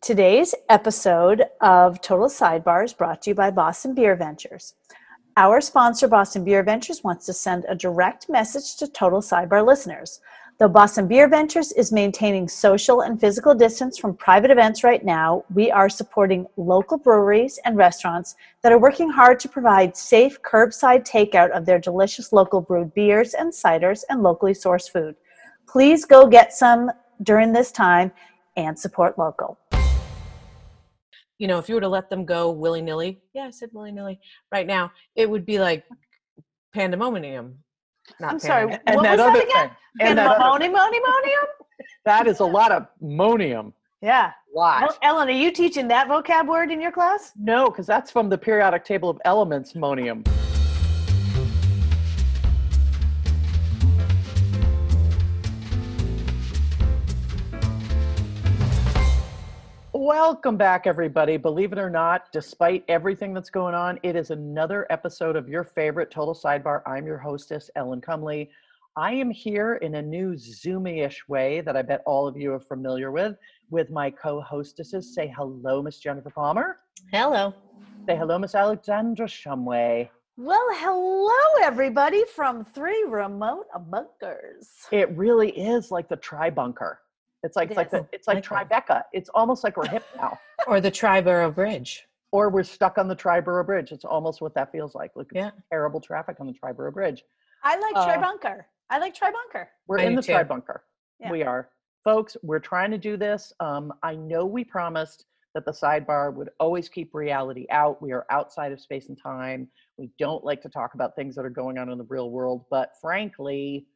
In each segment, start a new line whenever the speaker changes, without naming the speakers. Today's episode of Total Sidebar is brought to you by Boston Beer Ventures. Our sponsor, Boston Beer Ventures, wants to send a direct message to Total Sidebar listeners. Though Boston Beer Ventures is maintaining social and physical distance from private events right now, we are supporting local breweries and restaurants that are working hard to provide safe curbside takeout of their delicious local brewed beers and ciders and locally sourced food. Please go get some during this time and support local.
You know, if you were to let them go willy nilly, yeah, I said willy nilly right now, it would be like pandemonium. Not
I'm sorry,
pandemonium.
what was that again?
and that, other-
Pandemonium, monium, monium?
that is a lot of monium.
Yeah.
Lot.
El- Ellen, are you teaching that vocab word in your class?
No, because that's from the periodic table of elements, monium. Welcome back, everybody. Believe it or not, despite everything that's going on, it is another episode of your favorite Total Sidebar. I'm your hostess, Ellen Cumley. I am here in a new Zoomy-ish way that I bet all of you are familiar with, with my co-hostesses. Say hello, Miss Jennifer Palmer.
Hello.
Say hello, Miss Alexandra Shumway.
Well, hello, everybody from three remote bunkers.
It really is like the tri bunker. It's like it's like
Yes.
the, it's like
Like
Tribeca. It's almost like we're hip now,
Or the Triborough Bridge.
or we're stuck on the Triborough Bridge. It's almost what that feels like. Look,
Yeah.
terrible traffic on the Triborough Bridge.
I like
Uh,
Tribunker. I like Tribunker.
We're
I
in
do
the
too.
tri bunker.
Yeah.
We are. Folks, we're trying to do this. Um, I know we promised that the sidebar would always keep reality out. We are outside of space and time. We don't like to talk about things that are going on in the real world, but frankly,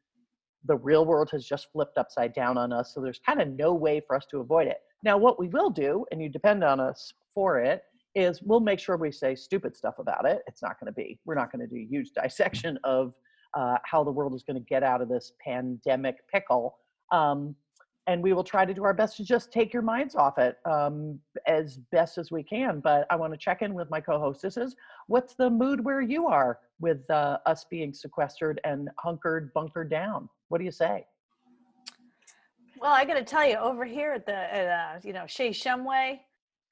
the real world has just flipped upside down on us. So there's kind of no way for us to avoid it. Now, what we will do, and you depend on us for it, is we'll make sure we say stupid stuff about it. It's not going to be, we're not going to do huge dissection of uh, how the world is going to get out of this pandemic pickle. Um, and we will try to do our best to just take your minds off it um, as best as we can. But I want to check in with my co hostesses. What's the mood where you are with uh, us being sequestered and hunkered, bunkered down? What do you say?
Well, I got to tell you, over here at the, at, uh, you know, Shea Shumway,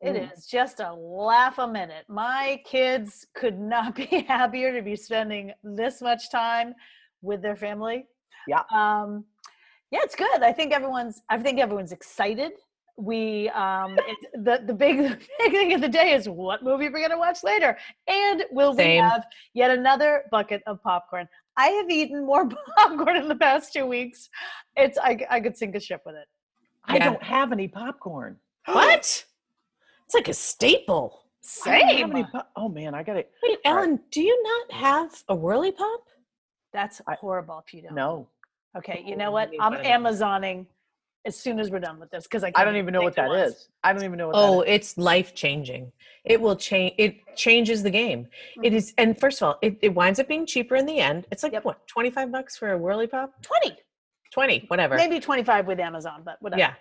it is
Mm.
just a laugh a minute. My kids could not be happier to be spending this much time with their family.
Yeah.
Um, yeah, it's good. I think everyone's. I think everyone's excited. We um, it's the the big, the big thing of the day is what movie we're gonna watch later, and will
Same.
we have yet another bucket of popcorn? I have eaten more popcorn in the past two weeks. It's I, I could sink a ship with it.
I
Yeah.
don't have any popcorn.
What? It's like a staple.
I don't have
Same.
any pop- oh man, I got it.
Wait, Ellen, do you not have a whirly pop?
That's
I-
horrible if you don't.
No,
Okay, you
Oh,
know what?
you
I'm
gotta do that.
Amazoning as soon as we're done with this because I,
I
can't
don't even know what
think
that
at once.
is. I don't even know what
Oh,
that is.
it's life changing. It will change. It changes the game. It is, and first of all, it, it winds up being cheaper in the end. It's like
Yep.
what twenty five bucks for a whirly pop,
Twenty,
twenty, whatever.
maybe twenty-five with Amazon, but whatever.
Yeah,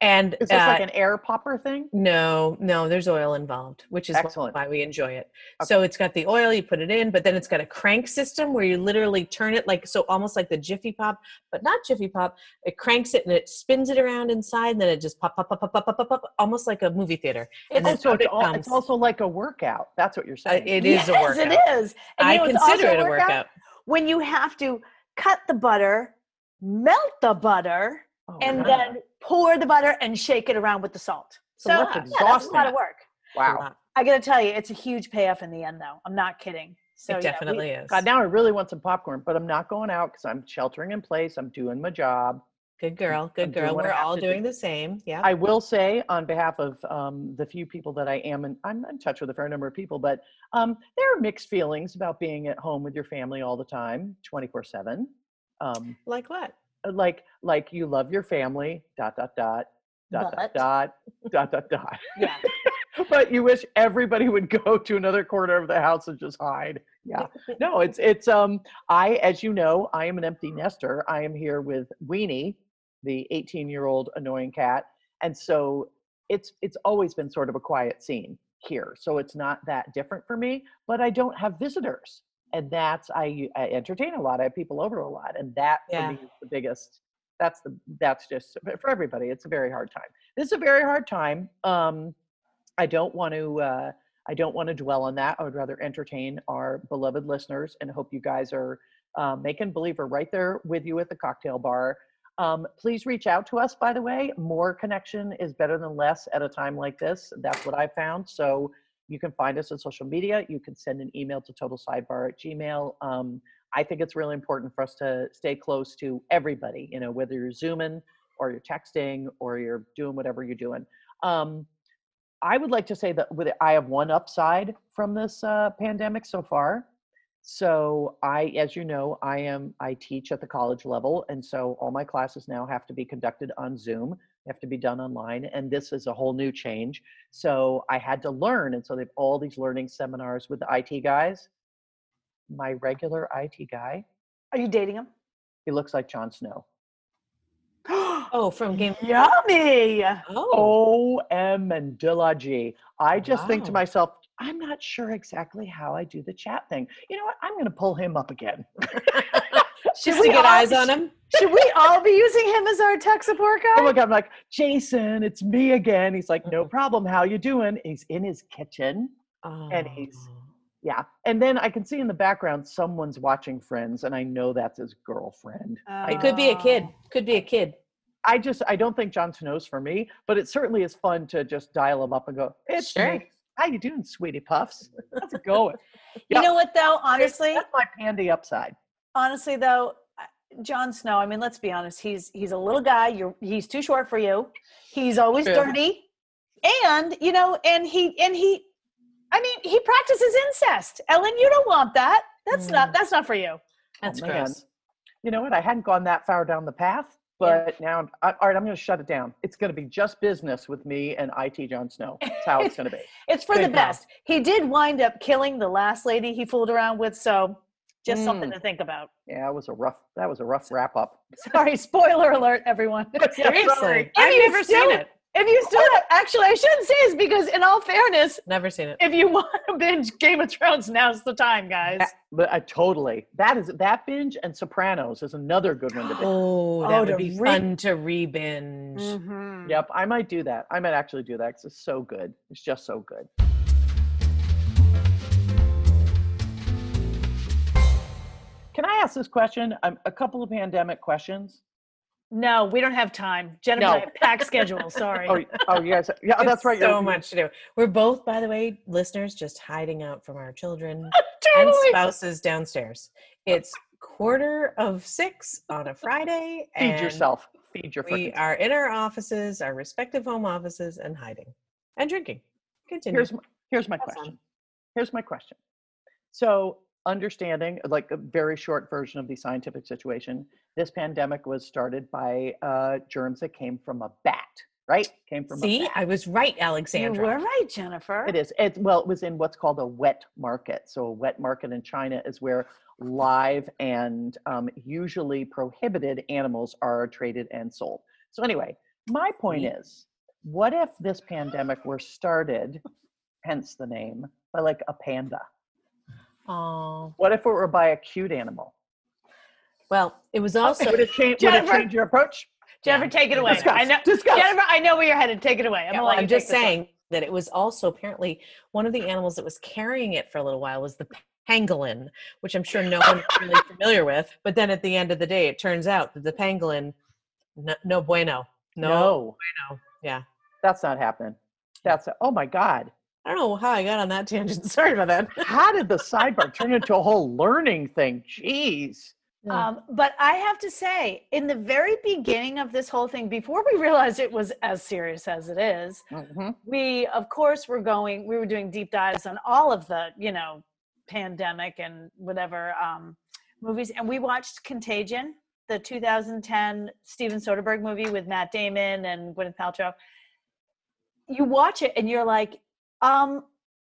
and
Is this
uh,
like an air popper thing?
No, no, there's oil involved, which is wh-
Excellent.
why we enjoy it. So it's got the oil, you put it in, but then it's got a crank system where you literally turn it like so almost like the Jiffy Pop, but not Jiffy Pop. It cranks it and it spins it around inside and then it just pop pop pop pop pop pop pop, pop almost like a movie theater. And
Oh,
then
so
out
it's,
it
al- it's
comes.
also like a workout. That's what you're
Uh,
saying.
it is a
Yes,
workout.
It is. And
I
you know, it's
consider
also
it a workout.
when you have to cut the butter, melt the butter,
Oh,
and
God.
then pour the butter and shake it around with the salt.
So
So,
that's
yeah, that's a lot
exhausting.
of work.
wow.
I gotta tell you, it's a huge payoff in the end, though. I'm not kidding. So
it
yeah, we-
definitely is.
God, now I really want some popcorn, but I'm not going out because I'm sheltering in place. I'm doing my job.
Good girl, good
I'm doing
girl.
what I
We're
have
all
to do.
doing the same. Yeah.
I will say, on behalf of um, the few people that I am, and I'm in touch with a fair number of people, but um, there are mixed feelings about being at home with your family all the time, 24 7. Um,
Like what?
like, like you love your family, dot, dot, dot, dot,
But-
dot, dot, dot, dot, dot.
yeah.
but you wish everybody would go to another corner of the house and just hide. Yeah. No, it's it's um I as you know, I am an empty nester. I am here with Weenie, the 18-year-old annoying cat. And so it's it's always been sort of a quiet scene here. So it's not that different for me, but I don't have visitors. And that's I I entertain a lot. I have people over a lot and that
Yeah.
for me is the biggest that's the that's just for everybody it's a very hard time this is a very hard time um i don't want to uh i don't want to dwell on that i would rather entertain our beloved listeners and hope you guys are uh, making believer right there with you at the cocktail bar um, please reach out to us by the way more connection is better than less at a time like this that's what i found so you can find us on social media you can send an email to total sidebar at gmail um, I think it's really important for us to stay close to everybody, you know, whether you're Zooming or you're texting or you're doing whatever you're doing. Um, I would like to say that with, I have one upside from this uh, pandemic so far. So I, as you know, I am I teach at the college level, and so all my classes now have to be conducted on Zoom. They have to be done online, and this is a whole new change. So I had to learn, and so they have all these learning seminars with the IT guys my regular IT guy.
Are you dating him?
He looks like Jon Snow.
Oh, from Game.
Yummy.
Oh,
OM and Dilla G. I just think to
Wow.
myself, I'm not sure exactly how I do the chat thing. You know what? I'm going to pull him up again.
just
we
to get
all-
eyes on him.
Should we all be using him as our tech support guy?
Oh my God, I'm like, Jason, it's me again. He's like, no problem. How you doing? He's in his kitchen. And he's- Yeah. And then I can see in the background someone's watching Friends, and I know that's his girlfriend.
Oh.
It could be a kid. Could be a kid.
I just I don't think Jon Snow's for me, but it certainly is fun to just dial him up and go, it's
Sure.
me. How you doing, sweetie puffs? How's it going?
You know what though? Honestly,
That's my pandy upside.
honestly though, Jon Snow. I mean, let's be honest. He's he's a little guy. You're he's too short for you. He's always
True.
dirty, and you know, and he and he. I mean, he practices incest. Ellen, you don't want that. That's not that's not for you.
That's
man.
gross.
You know what? I hadn't gone that far down the path,
Yeah.
but now I'm, I, all right. I'm going to shut it down. It's going to be just business with me and IT Jon Snow. That's how it's going to be.
It's for the
Good call.
best. He did wind up killing the last lady he fooled around with, so just something to think about.
Yeah, it was a rough. That was a rough wrap up.
Sorry, spoiler alert, everyone.
Yeah, sorry.
Seriously,
If
I've
you
never
still-
seen it.
If you still actually, I shouldn't say this because, in all fairness,
Never seen it.
if you want to binge Game of Thrones, now's the time, guys.
That- But I totally. That is that binge and Sopranos is another good one to binge.
Oh,
Oh,
that
to
would be
re-
fun to re-binge.
Mm.
Oh.
Mm-hmm.
Yep, I might do that. I might actually do that because it's so good. It's just so good. Can I ask this question? Um, a couple of pandemic questions.
No, we don't have time. Jennifer and I
No.
have packed schedules. Sorry.
Oh, oh, you guys. Yeah, oh, that's
It's
right.
So
you're-
much to do. We're both, by the way, listeners, just hiding out from our children and
totally.
spouses downstairs. It's quarter of six on a Friday.
Feed
and
yourself. Feed your
We
freaking.
are in our offices, our respective home offices, and hiding and drinking. Continue.
Here's my, here's my
Have fun.
question. Here's my question. So, understanding like a very short version of the scientific situation, this pandemic was started by uh, germs that came from a bat. Right? Came from a
See,
bat.
I was right,
You
Alexandra.
were right, Jennifer.
It is. It's well, it was in what's called a wet market. So a wet market in China is where live and um, usually prohibited animals are traded and sold. So anyway, my point
Neat.
is, what if this pandemic were started, hence the name, by like a panda?
Aw.
What if it were by a cute animal?
Well, it was also
would it change? Would it
Jennifer-
change your approach?
Jennifer, take it away.
Discuss,
I know,
discuss.
Jennifer, I know where you're headed. Take it away. I'm,
Yeah,
gonna
well,
let
I'm
you
just
take this one.
saying that it was also apparently one of the animals that was carrying it for a little while was the pangolin, which I'm sure no one's really familiar with. But then at the end of the day, it turns out that the pangolin, no, no bueno, no,
no,
bueno. Yeah,
that's not happening. That's oh my god.
I don't know how I got on that tangent. Sorry about that.
How did the sidebar turn into a whole learning thing? Jeez.
Yeah.
Um, but I have to say, in the very beginning of this whole thing, before we realized it was as serious as it is,
Mhm.
we of course were going, we were doing deep dives on all of the, you know, pandemic and whatever um, movies, and we watched Contagion, the 2010 Steven Soderbergh movie with Matt Damon and Gwyneth Paltrow. You watch it and you're like, um,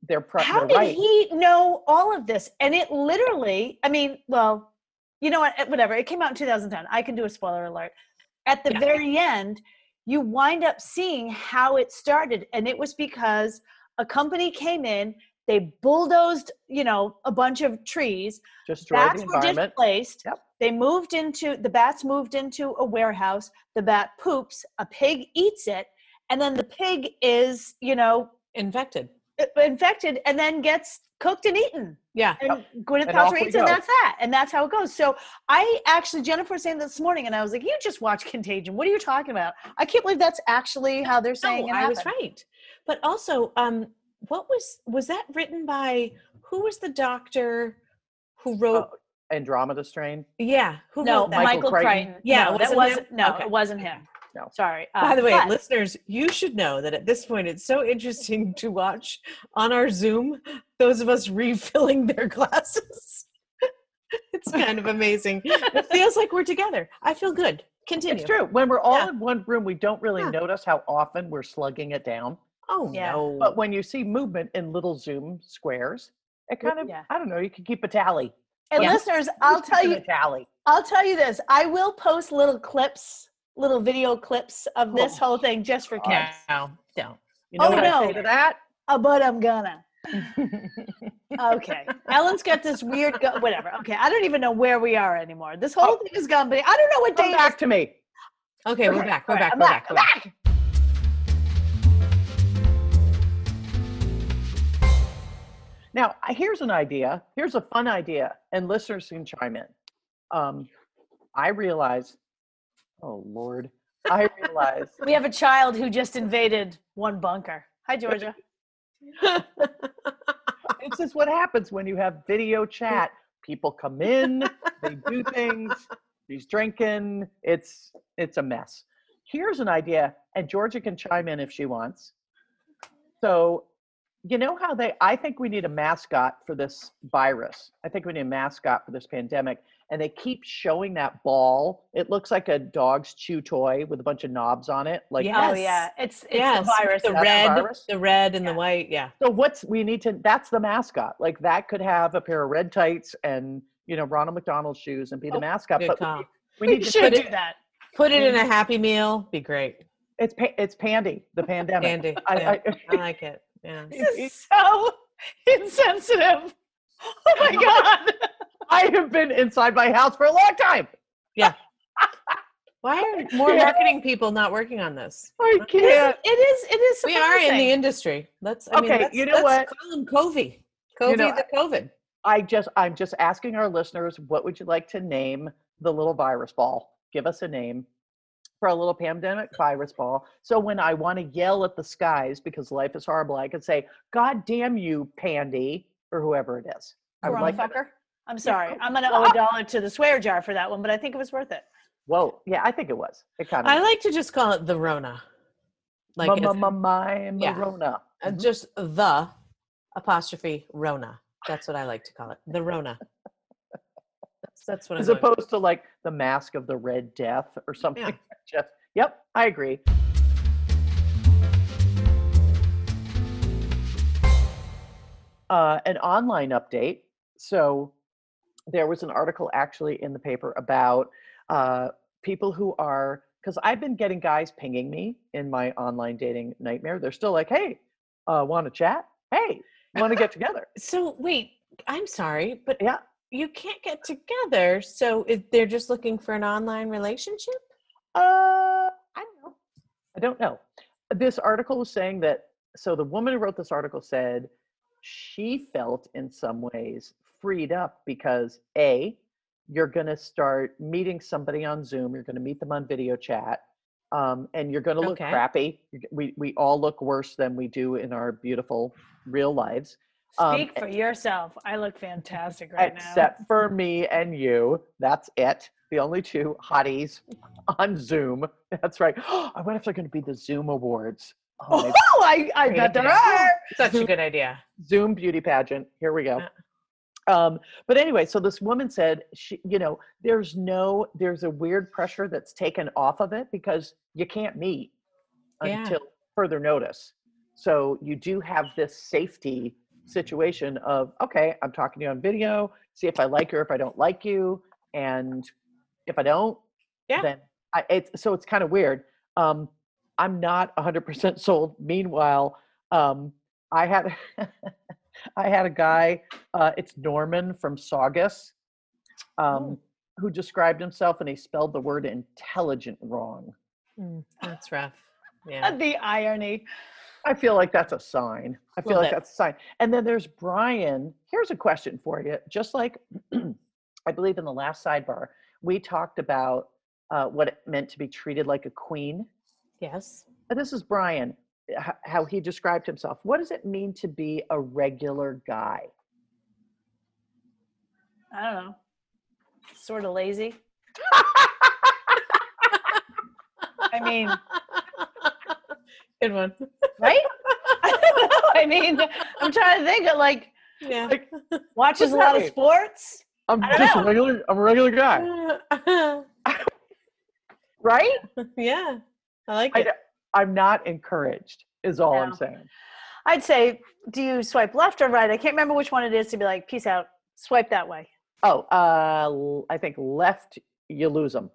They're, pro-
how
they're
did
right.
he know all of this? And it literally, I mean, well, you know what? eh, Whatever. It came out in 2010. I can do a spoiler alert. At the
Yeah.
very end, you wind up seeing how it started, and it was because a company came in. They bulldozed, you know, a bunch of trees.
Destroy the
Bats were
environment.
displaced.
Yep.
They moved into the bats moved into a warehouse. The bat poops. A pig eats it, and then the pig is you know
Infected.
uh, infected and then gets cooked and eaten.
Yeah.
And Gwyneth
And off
Paltrow
we
eats, and
go.
that's that. And that's how it goes. So I actually, Jennifer was saying this morning, and I was like, "You just watched Contagion. What are you talking about? I can't believe that's actually how they're saying
No,
it
I was
happened."
right. But also, um, what was was that written by? Who was the doctor who wrote?
Andromeda strain.
yeah, who
Oh. No,
wrote that?
Michael
Michael
Crichton?
Crichton.
Yeah,
no, that
it wasn't
wasn't.
him?
No,
Okay.
it wasn't him.
No.
Sorry. Uh,
By the way,
but-
listeners, you should know that at this point it's so interesting to watch on our Zoom those of us refilling their glasses. it's kind of amazing. it feels like we're together. I feel good. Continue.
It's true. When we're all
Yeah.
in one room, we don't really
Yeah.
notice how often we're slugging it down.
Mm.
Oh
Yeah.
no.
But when you see movement in little Zoom squares, it kind of,
Yeah.
I don't know, you can keep a tally.
and
Yeah.
listeners, I'll
Who's
tell
keeping
you,
a tally.
I'll tell you this. I will post little clips, little video clips of this
Cool.
whole thing just for kids.
no, don't.
You know
Oh,
what I say
no.
to that?
Uh, but I'm gonna. okay. Ellen's got this weird, go- whatever. Okay. I don't even know where we are anymore. This whole
Oh.
thing is gone, but I don't know what day
Come
it is.
back to me.
Okay, we're back. We're
All right, I'm
back. We're back.
I'm
We're back.
back.
Now, I- here's an idea. Here's a fun idea, and listeners can chime in. Um, I realize, oh Lord, I realize
We have a child who just invaded one bunker. Hi, Georgia.
this is what happens when you have video chat. People come in, they do things. She's drinking. It's it's a mess. Here's an idea, and Georgia can chime in if she wants. So, you know how they? I think we need a mascot for this virus. I think we need a mascot for this pandemic. And they keep showing that ball. It looks like a dog's chew toy with a bunch of knobs on it. Like
Yeah.
Oh
Yes.
yeah, it's it's
Yes,
the virus.
The
that's a
red,
virus?
the red, and
Yeah.
the white. Yeah.
So what's we need to that's the mascot. Like that could have a pair of red tights and you know Ronald McDonald shoes and be the
Oh,
mascot.
Good
But we
call.
need- we
We
need to
should
put
do
it.
that.
Put it in a Happy Meal. Be great.
It's pa- it's Pandy the pandemic.
Andy.
I,
yeah,
I,
I like it. Yeah.
This is so insensitive. Oh my god.
I have been inside my house for a long time.
Why are more
Yeah.
marketing people not working on this?
I
It is-
can't.
It is. It is.
We are in the
surprising.
industry. Let's. I mean,
Okay,
let's,
you know
let's
what?
Call him Covey. Covey
You know,
the COVID.
I just I'm just asking our listeners, what would you like to name the little virus ball? Give us a name for a little pandemic virus ball. So when I want to yell at the skies because life is horrible, I could say, "God damn you, Pandy," or whoever it is. I would like that.
Corona fucker. I'm sorry. I'm gonna owe a dollar to the swear jar for that one, but I think it was worth it.
Whoa, yeah, I think it was. It kind of
I like to just call it the Rona. Like
like
it's,
my
Yeah.
Marona.
uh, just the apostrophe Rona. That's what I like to call it. The Rona. That's, that's what
As
I'm going.
opposed to like the mask of the Red Death or something.
Yeah.
Just yep, I agree. Uh, an online update. So there was an article actually in the paper about uh, people who are because I've been getting guys pinging me in my online dating nightmare. They're still like, "Hey, uh, want to chat? Hey, want to get together?"
So wait, I'm sorry, but
Yeah.
you can't get together. So is, they're just looking for an online relationship.
Uh, I don't know. I don't know. This article was saying that. So the woman who wrote this article said she felt in some ways freed up because a you're going to start meeting somebody on Zoom. You're going to meet them on video chat. Um, and you're going to look
Okay.
crappy. You're g- We we all look worse than we do in our beautiful real lives. Um,
Speak for yourself. I look fantastic right now.
except for me and you. That's it. The only two hotties on Zoom. That's right. I wonder if they're going to be the Zoom Awards. Oh,
Oh,
my
I, I bet there are.
Such a good idea.
Zoom beauty pageant. Here we go.
Yeah.
Um, but anyway, so this woman said, she, you know, there's no, there's a weird pressure that's taken off of it because you can't meet
Yeah.
until further notice. So you do have this safety situation of, okay, I'm talking to you on video, see if I like you or if I don't like you. And if I don't,
Yeah.
then I, it's, so it's kind of weird. Um, I'm not 100% sold. Meanwhile, um, I had
Oh.
I had a guy. Uh, it's Norman from Saugus. Um, who described himself and he spelled the word intelligent wrong.
Mm, that's rough. Yeah.
the irony.
I feel like that's a sign. I feel
Little
like
bit.
that's a sign. And then there's Brian. Here's a question for you. Just like I believe in the last sidebar, we talked about uh, what it meant to be treated like a queen.
Yes.
Uh, This is Brian, h- how he described himself. What does it mean to be a regular guy?
I don't know. Sort of lazy. I mean,
Good one.
right? I don't know. I mean, I'm trying to think of like
Yeah.
Like-
watches a lot of
Right.
sports.
I'm
I don't just a know.
regular. I'm a regular guy,
yeah.
right?
I like
I
it.
d- I'm not encouraged. Is all I'm
No.
saying.
I'd say, do you swipe left or right? I can't remember which one it is to be like, peace out, swipe that way.
Oh, uh, l- I think left you lose them.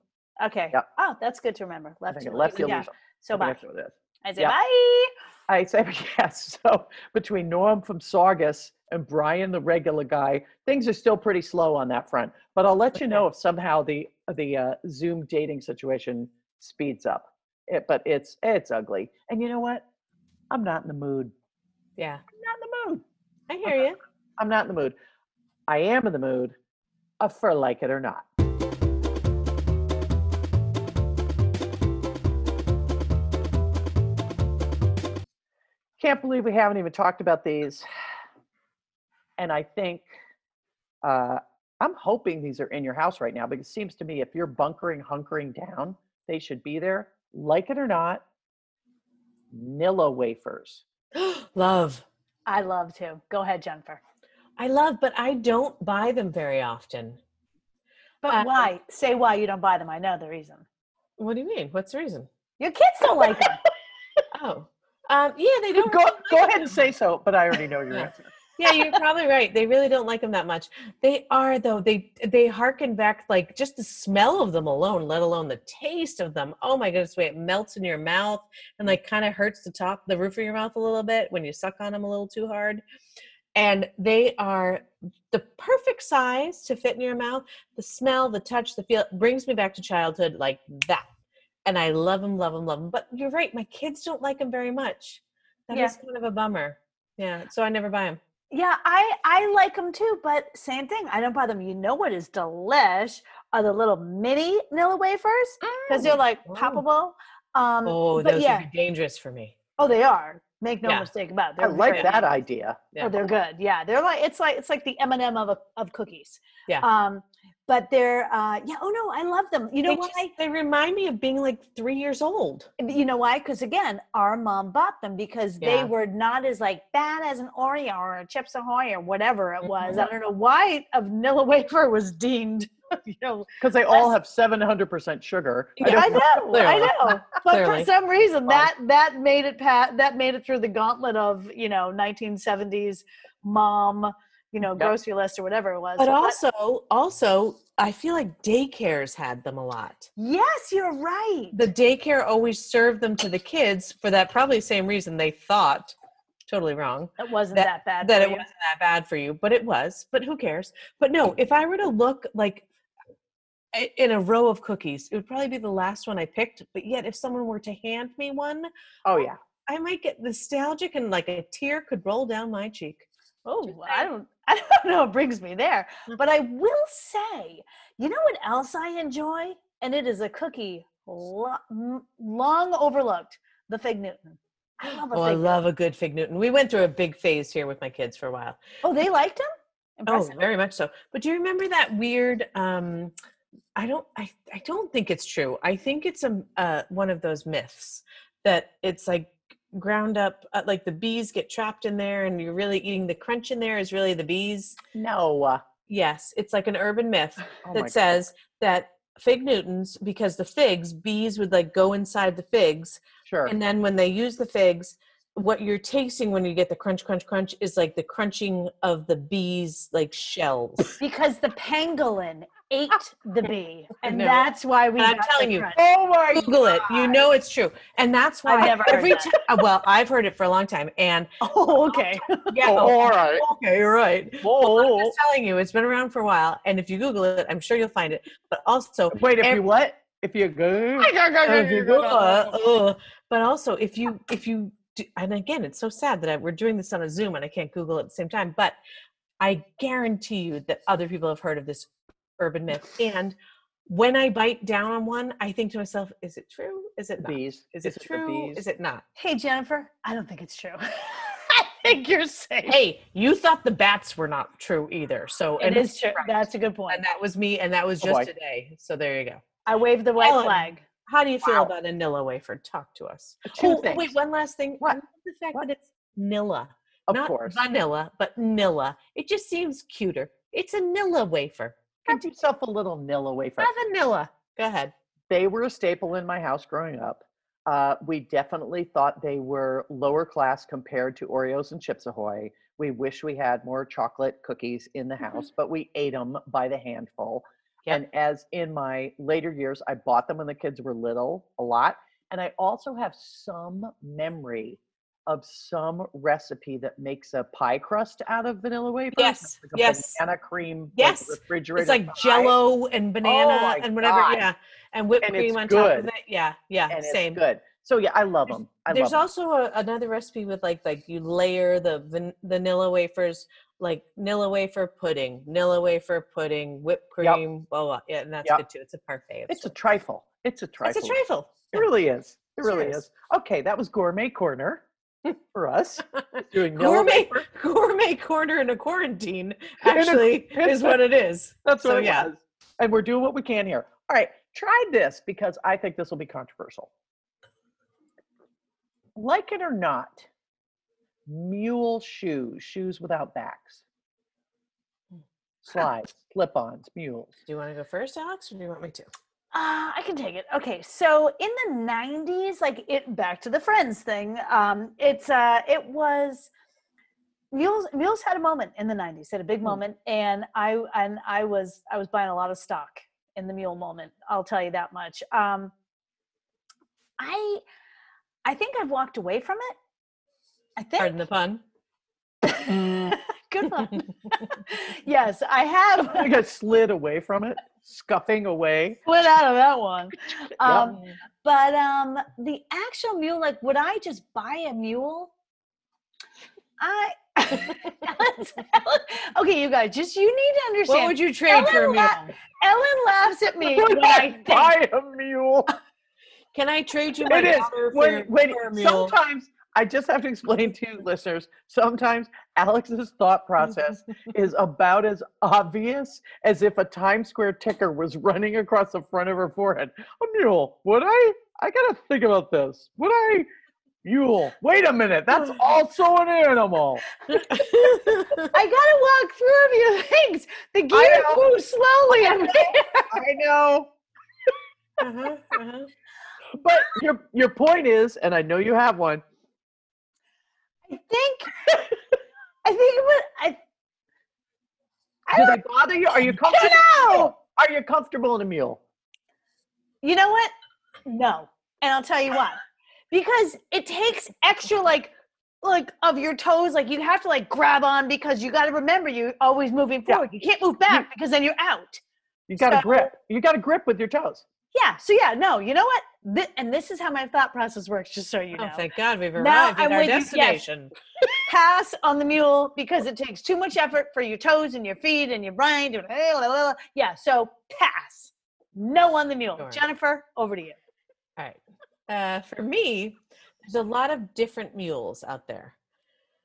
Okay.
Yep.
Oh, that's good to remember.
I
Left.
think
to
left you
right.
lose
Yeah.
'em.
So
I
bye.
think that's what it is.
I say
yeah.
bye.
I say yes. So between Norm from Saugus and Brian, the regular guy, things are still pretty slow on that front. But I'll let you know if somehow the the uh, Zoom dating situation speeds up. It, but it's it's ugly. And you know what? I'm not in the mood.
Yeah.
I'm not in the mood.
I hear you.
I'm not in the mood. I am in the mood uh, for like it or not. Can't believe we haven't even talked about these. And I think uh, I'm hoping these are in your house right now because it seems to me if you're bunkering, hunkering down, they should be there. Like it or not, Nilla wafers.
love.
I love to. Go ahead, Jennifer.
I love, but I don't buy them very often.
But
Um,
why? Say why you don't buy them. I know the reason.
What do you mean? What's the reason?
Your kids don't like them.
Oh. Um, yeah, they don't.
Go, go ahead and say so, but I already know your
Yeah.
answer.
yeah, you're probably right. They really don't like them that much. They are though. They they harken back like just the smell of them alone, let alone the taste of them. Oh my goodness, way it melts in your mouth and like kind of hurts the top, the roof of your mouth a little bit when you suck on them a little too hard. And they are the perfect size to fit in your mouth. The smell, the touch, the feel brings me back to childhood like that. And I love them, love them, love them. But you're right, my kids don't like them very much. That is
Yeah.
kind of a bummer. Yeah, so I never buy them.
Yeah, I I like them too, but same thing. I don't buy them. You know what is delish are the little mini Nilla wafers because they're like
Oh.
poppable. Um,
Oh,
but
those
yeah,
would be dangerous for me.
oh, they are. Make no
Yeah.
mistake about. It.
I
They're
like
very
that
nice.
idea.
Yeah.
Oh, they're good. Yeah, they're like it's like it's like the M and M of a, of cookies.
Yeah.
Um, but they're uh yeah. Oh no, I love them. You know
they,
why?
just- they remind me of being like three years old.
you know why? Because again, our mom bought them because
Yeah.
they were not as like bad as an Oreo or a Chips Ahoy or whatever it was.
Mhm.
I don't know why a vanilla wafer was deemed. you know,
Because they all have 700% sugar. I
I
don't-
know, I
Clearly.
know. But
Clearly.
for some reason,
Fine.
that that made it pat that made it through the gauntlet of you know 1970s mom, you know
Yep.
grocery list or whatever it was.
But also, also, I feel like daycares had them a lot.
yes, you're right.
The daycare always served them to the kids for that probably same reason they thought, totally wrong,
It wasn't
that-
that, bad.
that
for
it
you.
wasn't that bad for you, but it was. But who cares? But no, if I were to look like i- in a row of cookies, it would probably be the last one I picked. But yet, if someone were to hand me one,
Oh, yeah.
I might get nostalgic and like a tear could roll down my cheek.
Oh,
Just Mm.
well, I don't, I don't know. It brings me there, but I will say, you know what else I enjoy, and it is a cookie lo- m- long overlooked. The fig Newton. I love a
Oh,
fig.
I love a good fig Newton. We went through a big phase here with my kids for a while.
oh, they liked him.
Oh,
Impressive.
very much so. But do you remember that weird? Um, I don't. I, I don't think it's true. I think it's a uh, one of those myths that it's like ground up, uh, like the bees get trapped in there, and you're really eating the crunch in there is really the bees.
No. uh,
Yes, it's like an urban myth
Oh my
that says that fig Newtons, because the figs, bees would like go inside the figs
God. Sure.
and then when they use the figs, what you're tasting when you get the crunch, crunch, crunch is like the crunching of the bees' like shells.
Because the pangolin
ate the bee, and
know.
that's why we.
And I'm
got the
telling you,
crunch.
Oh my
Google it. You know it's true. And that's
I've
why
never heard
every
that.
time, well, I've heard it for a long time. And
Oh, okay.
yeah,
Oh, all right. Oh.
okay, you're right. I'm
Oh.
Whoa.
just telling you, it's been around for a while. And if you Google it, I'm sure you'll find it. But also,
Wait, if
ev-
you what? If you go.
Uh, uh, but also if you if you do, and again it's so sad that I, we're doing this on a zoom and i can't google at the same time but i guarantee you that other people have heard of this urban myth and when i bite down on one i think to myself is it true is it not
Bees.
is it
the
true
bees?
is it not
Hey, Jennifer, I don't think it's true. I think you're safe.
hey you thought the bats were not true either so
it
and
is true. That's a good
and
point.
that was me and that was
Oh,
just
boy.
today so there you go
I waved the white
Ellen.
flag.
How do you feel
Wow.
about a Nilla wafer? Talk to us.
Two
Oh,
things.
wait, one last thing.
What?
I love The fact
What?
that it's Nilla,
Of
not
course.
vanilla, but Nilla. It just seems cuter. It's a Nilla wafer.
Have yourself a little Nilla wafer.
Not vanilla. Go ahead.
They were a staple in my house growing up. Uh, we definitely thought they were lower class compared to Oreos and Chips Ahoy. We wish we had more chocolate cookies in the house, but we ate them by the handful.
Mm-hmm. Yep.
And as in my later years, I bought them when the kids were little a lot. And I also have some memory of some recipe that makes a pie crust out of vanilla wafers.
Yes,
like a
yes.
Banana cream. like
Yes, it's
refrigerator.
It's like
pie.
jello and banana
Oh my
and whatever.
God.
Yeah. And whipped
And it's
cream on top of
good.
it. Yeah. Yeah.
and
same.
It's good. So yeah, I love them. I
There's
love 'em.
also a, another recipe with like like you layer the van- vanilla wafers like Nilla wafer pudding, Nilla wafer pudding, whipped
Yep.
cream, blah blah. Yeah, and that's
Yep.
good too. It's a parfait. of
It's a
sorts.
trifle. It's a trifle.
it's a trifle.
It really is. It really
Cheers.
is. Okay, that was gourmet corner for us. Doing Nilla
gourmet
wafer.
gourmet corner in a quarantine
In a-
actually is what it is.
That's what
so,
it
yeah.
was. And we're doing what we can here. All right, try this because I think this will be controversial. Like it or not, mule shoes, shoes without backs, slides, slip-ons, mules.
Do you want to go first, Alex, or do you want me to?
Uh, I can take it.
it. Okay, so in the '90s, like it back to the Friends thing. Um, it's uh, it was Mules. Mules had a moment in the '90s. Had a big moment, and I and I was I was buying a lot of stock in the Mule moment. I'll tell you that much. Um, I I think I've walked away from it. I think
Pardon the pun.
good one. yes, I have.
I got slid away from it, scuffing away.
Went out of that one. Um,
Yep.
But um the actual mule, like would I just buy a mule? I okay, you guys, just you need to understand.
what would you trade for a
Ellen
mule?
la- Ellen laughs at me
Would
when I
I
think
buy a mule?
Can I trade you my
It is
daughter for,
when when
for a mule?
sometimes I just have to explain to listeners. Sometimes Alex's thought process is about as obvious as if a Times Square ticker was running across the front of her forehead. A mule? Would I? I gotta think about this. Would I? Mule? Wait a minute. That's also an animal. Uh-huh,
I gotta walk through a few things. The gears
know.
move slowly. I'm
I know.
Uh-huh, uh-huh.
But your your point is, and I know you have one.
I think I think it would I I
Did
don't
I bother you? Are you comfortable?
know.
Are you comfortable in a mule?
You know what? No. And I'll tell you why. Because it takes extra like like of your toes, like you have to like grab on because you gotta remember you're always moving
Yeah.
forward. You can't move back because then you're out.
You got a
So-
grip. You got a grip with your toes.
Yeah. So yeah, no, you know what? Thi- and this is how my thought process works, just so you know.
Oh, thank God we've arrived
Now
at
I'm
our
with you. Yes.
destination.
Pass on the mule because it takes too much effort for your toes and your feet and your brain. And Yeah, so pass. No on the mule.
Sure.
Jennifer, over to you.
All right. Uh, for me, there's a lot of different mules out there.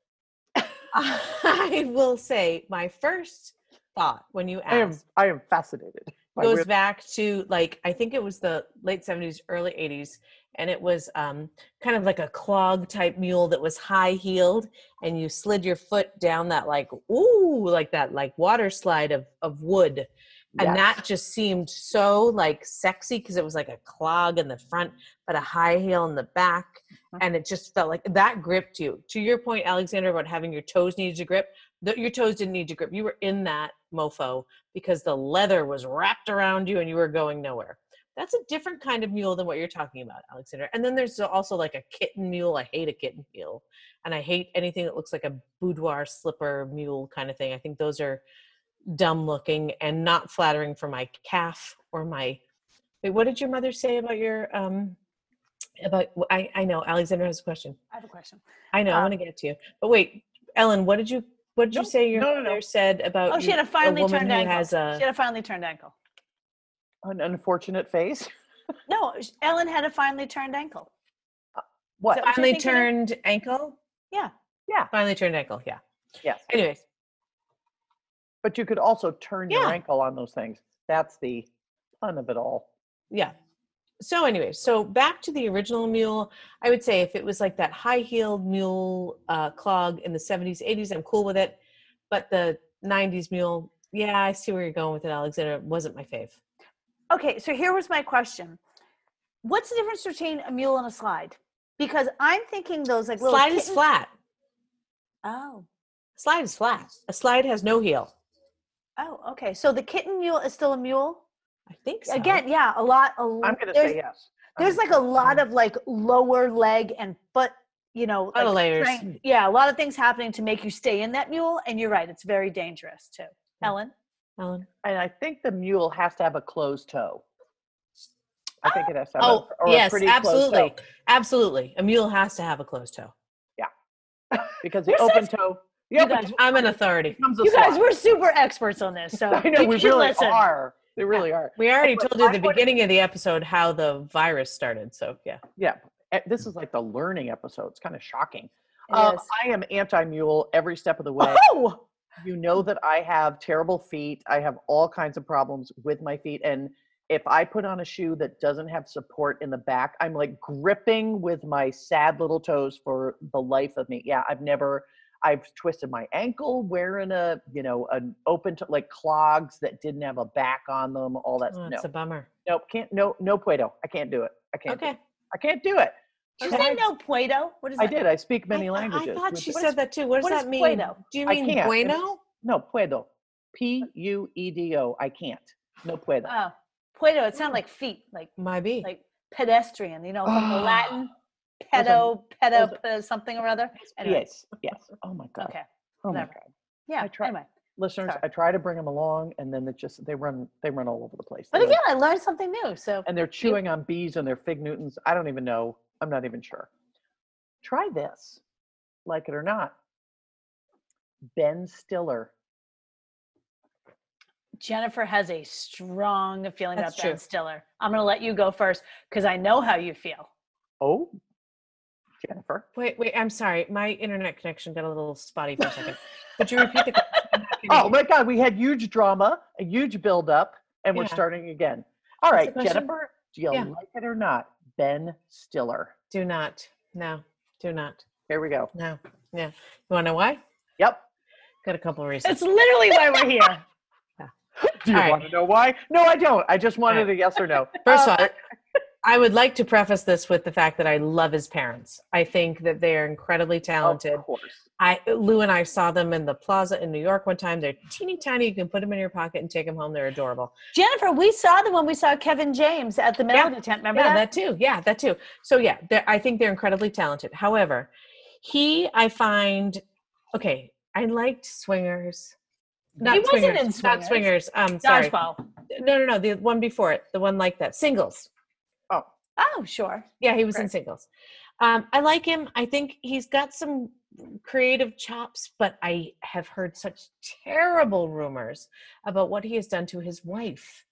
I will say my first thought when you
I am
asked
I am fascinated. by
goes
where-
back to like I think it was the late 70s, early 80s, and it was um, kind of like a clog type mule that was high heeled, and you slid your foot down that like ooh like that like water slide of of wood, And
Yes.
that just seemed so like sexy because it was like a clog in the front, but a high heel in the back.
Mhm.
And it just felt like that gripped you. To your point, Alexander, about having your toes needed to grip, the, your toes didn't need to grip. You were in that mofo because the leather was wrapped around you and you were going nowhere. That's a different kind of mule than what you're talking about, Alexander. And then there's also like a kitten mule. I hate a kitten mule. And I hate anything that looks like a boudoir slipper mule kind of thing. I think those are dumb looking and not flattering for my calf or my wait what did your mother say about your um about wh- i i know alexander has a question
I have a question.
i know i
Uh,
want to get it to you but wait ellen what did you what did
No,
you say your
no, no,
mother
no.
said about
Oh, she
you-
had a finely
woman
turned
who
ankle.
has a-
She had a finely turned ankle.
An unfortunate face.
No, sh- Ellen had a finely turned ankle. So-
What?
what you're
finally
thinking of?
turned ankle
Yeah.
Yeah.
finally turned ankle yeah
yes.
anyways
But you could also turn your
Yeah.
ankle on those things. That's the fun of it all.
yeah so anyway so back to the original mule i would say if it was like that high heeled mule uh, clog in the 70s 80s i'm cool with it but the 90s mule yeah i see where you're going with it alexander It wasn't my fave
Okay, so here was my question. What's the difference between a mule and a slide? Because I'm thinking those like little
slide is
kitten-
flat
Oh.
slide is flat a slide has no heel
Oh, okay. So the kitten mule is still a mule?
i think so.
Again, yeah, a lot a l-
I'm going to
there's,
say yes. I'm
There's
gonna
like a
say yes.
lot of like lower leg and foot, you know,
a lot
like,
of layers
trying- yeah, a lot of things happening to make you stay in that mule and you're right, it's very dangerous too.
Yeah.
Ellen?
Ellen.
And I think the mule has to have a closed toe. I think it has to have
oh
a, or a
yes
pretty closed
absolutely
toe.
absolutely a mule has to have a closed toe
Because the
You're
open toe, the
you
open
guys
toe
i'm an authority
becomes a
You guys
slide.
we're super experts on this, so
I know,
you
we
should
really
listen.
are. They really are.
we already
Anyway,
told you
I
at the
wanted-
beginning of the episode how the virus started so yeah
Yeah. eh, This is like the learning episode. It's kind of shocking.
It
Um,
is.
I am anti mule every step of the way.
Oh!
you know that I have terrible feet. I have all kinds of problems with my feet. And if I put on a shoe that doesn't have support in the back, I'm like gripping with my sad little toes for the life of me. Yeah, I've never, I've twisted my ankle wearing a, you know, an open, to, like clogs that didn't have a back on them, all that.
oh,
no,
it's a bummer
nope, can't, no, no Puedo. I can't do it. I can't. Do it.
okay
I can't do it.
Did
Okay.
you say no Plato? What is
I
that?
did. I speak
I-
many
I-
languages.
I thought
which
she
is-
said that too. What does
what is
that mean?
Bueno?
Do you
I
mean
can't.
bueno?
No,
Uh
puedo. P U E D O. I can't. No puedo.
Oh, Puedo. It sounded like feet, like
Might be.
like pedestrian. You know, from the
Ah,
Latin
those are-
pedo, pedo,
those are-
pe- something or other. Anyway,
Yes. Yes. Oh my god.
okay,
Oh my
whatever.
god.
yeah.
try-
Anyway,
Listeners,
Sorry.
I try to bring them along, and then they just they run they run all over the place.
but
They're like-
again, I learned something new. So
and they're chewing on bees and their fig newtons. I don't even know. I'm not even sure. Try this, like it or not. Ben Stiller.
Jennifer has a strong feeling
That's
about Ben
true.
Stiller. I'm going to let you go first because I know how you feel.
Oh, Jennifer.
Wait, wait. I'm sorry. My internet connection got a little spotty for a second. Could you repeat the? question? I'm not hearing
Oh
you.
my God, we had huge drama, a huge buildup, and we're
Yeah.
starting again.
What's
All
the
right,
question?
Jennifer, do you
Yeah.
like it or not? Ben Stiller.
do not. No. Do not.
Here we go.
No. Yeah. You want to know why?
Yep.
Got a couple of reasons.
That's literally why we're here.
Do you
All right.
want to know why? No, I don't. I just wanted a yes or no.
First
Uh,
of all, I would like to preface this with the fact that I love his parents. I think that they are incredibly talented.
Of course.
I Lou and I saw them in the plaza in New York one time. They're teeny tiny. You can put them in your pocket and take them home. They're adorable.
Jennifer, we saw them when we saw Kevin James at the Melody tent. Remember
yeah,
that?
that? too. Yeah, that too. So yeah, they're- I think they're incredibly talented. However, he, I find, okay, I liked swingers. Not
He wasn't
swingers,
in
Not swingers. Um, sorry.
Dodgeball.
No, no, no. The one before it. The one like that. Singles.
Oh, sure.
Yeah, he was in
Correct.
singles. Um, I like him. I think he's got some creative chops, but I have heard such terrible rumors about what he has done to his wife,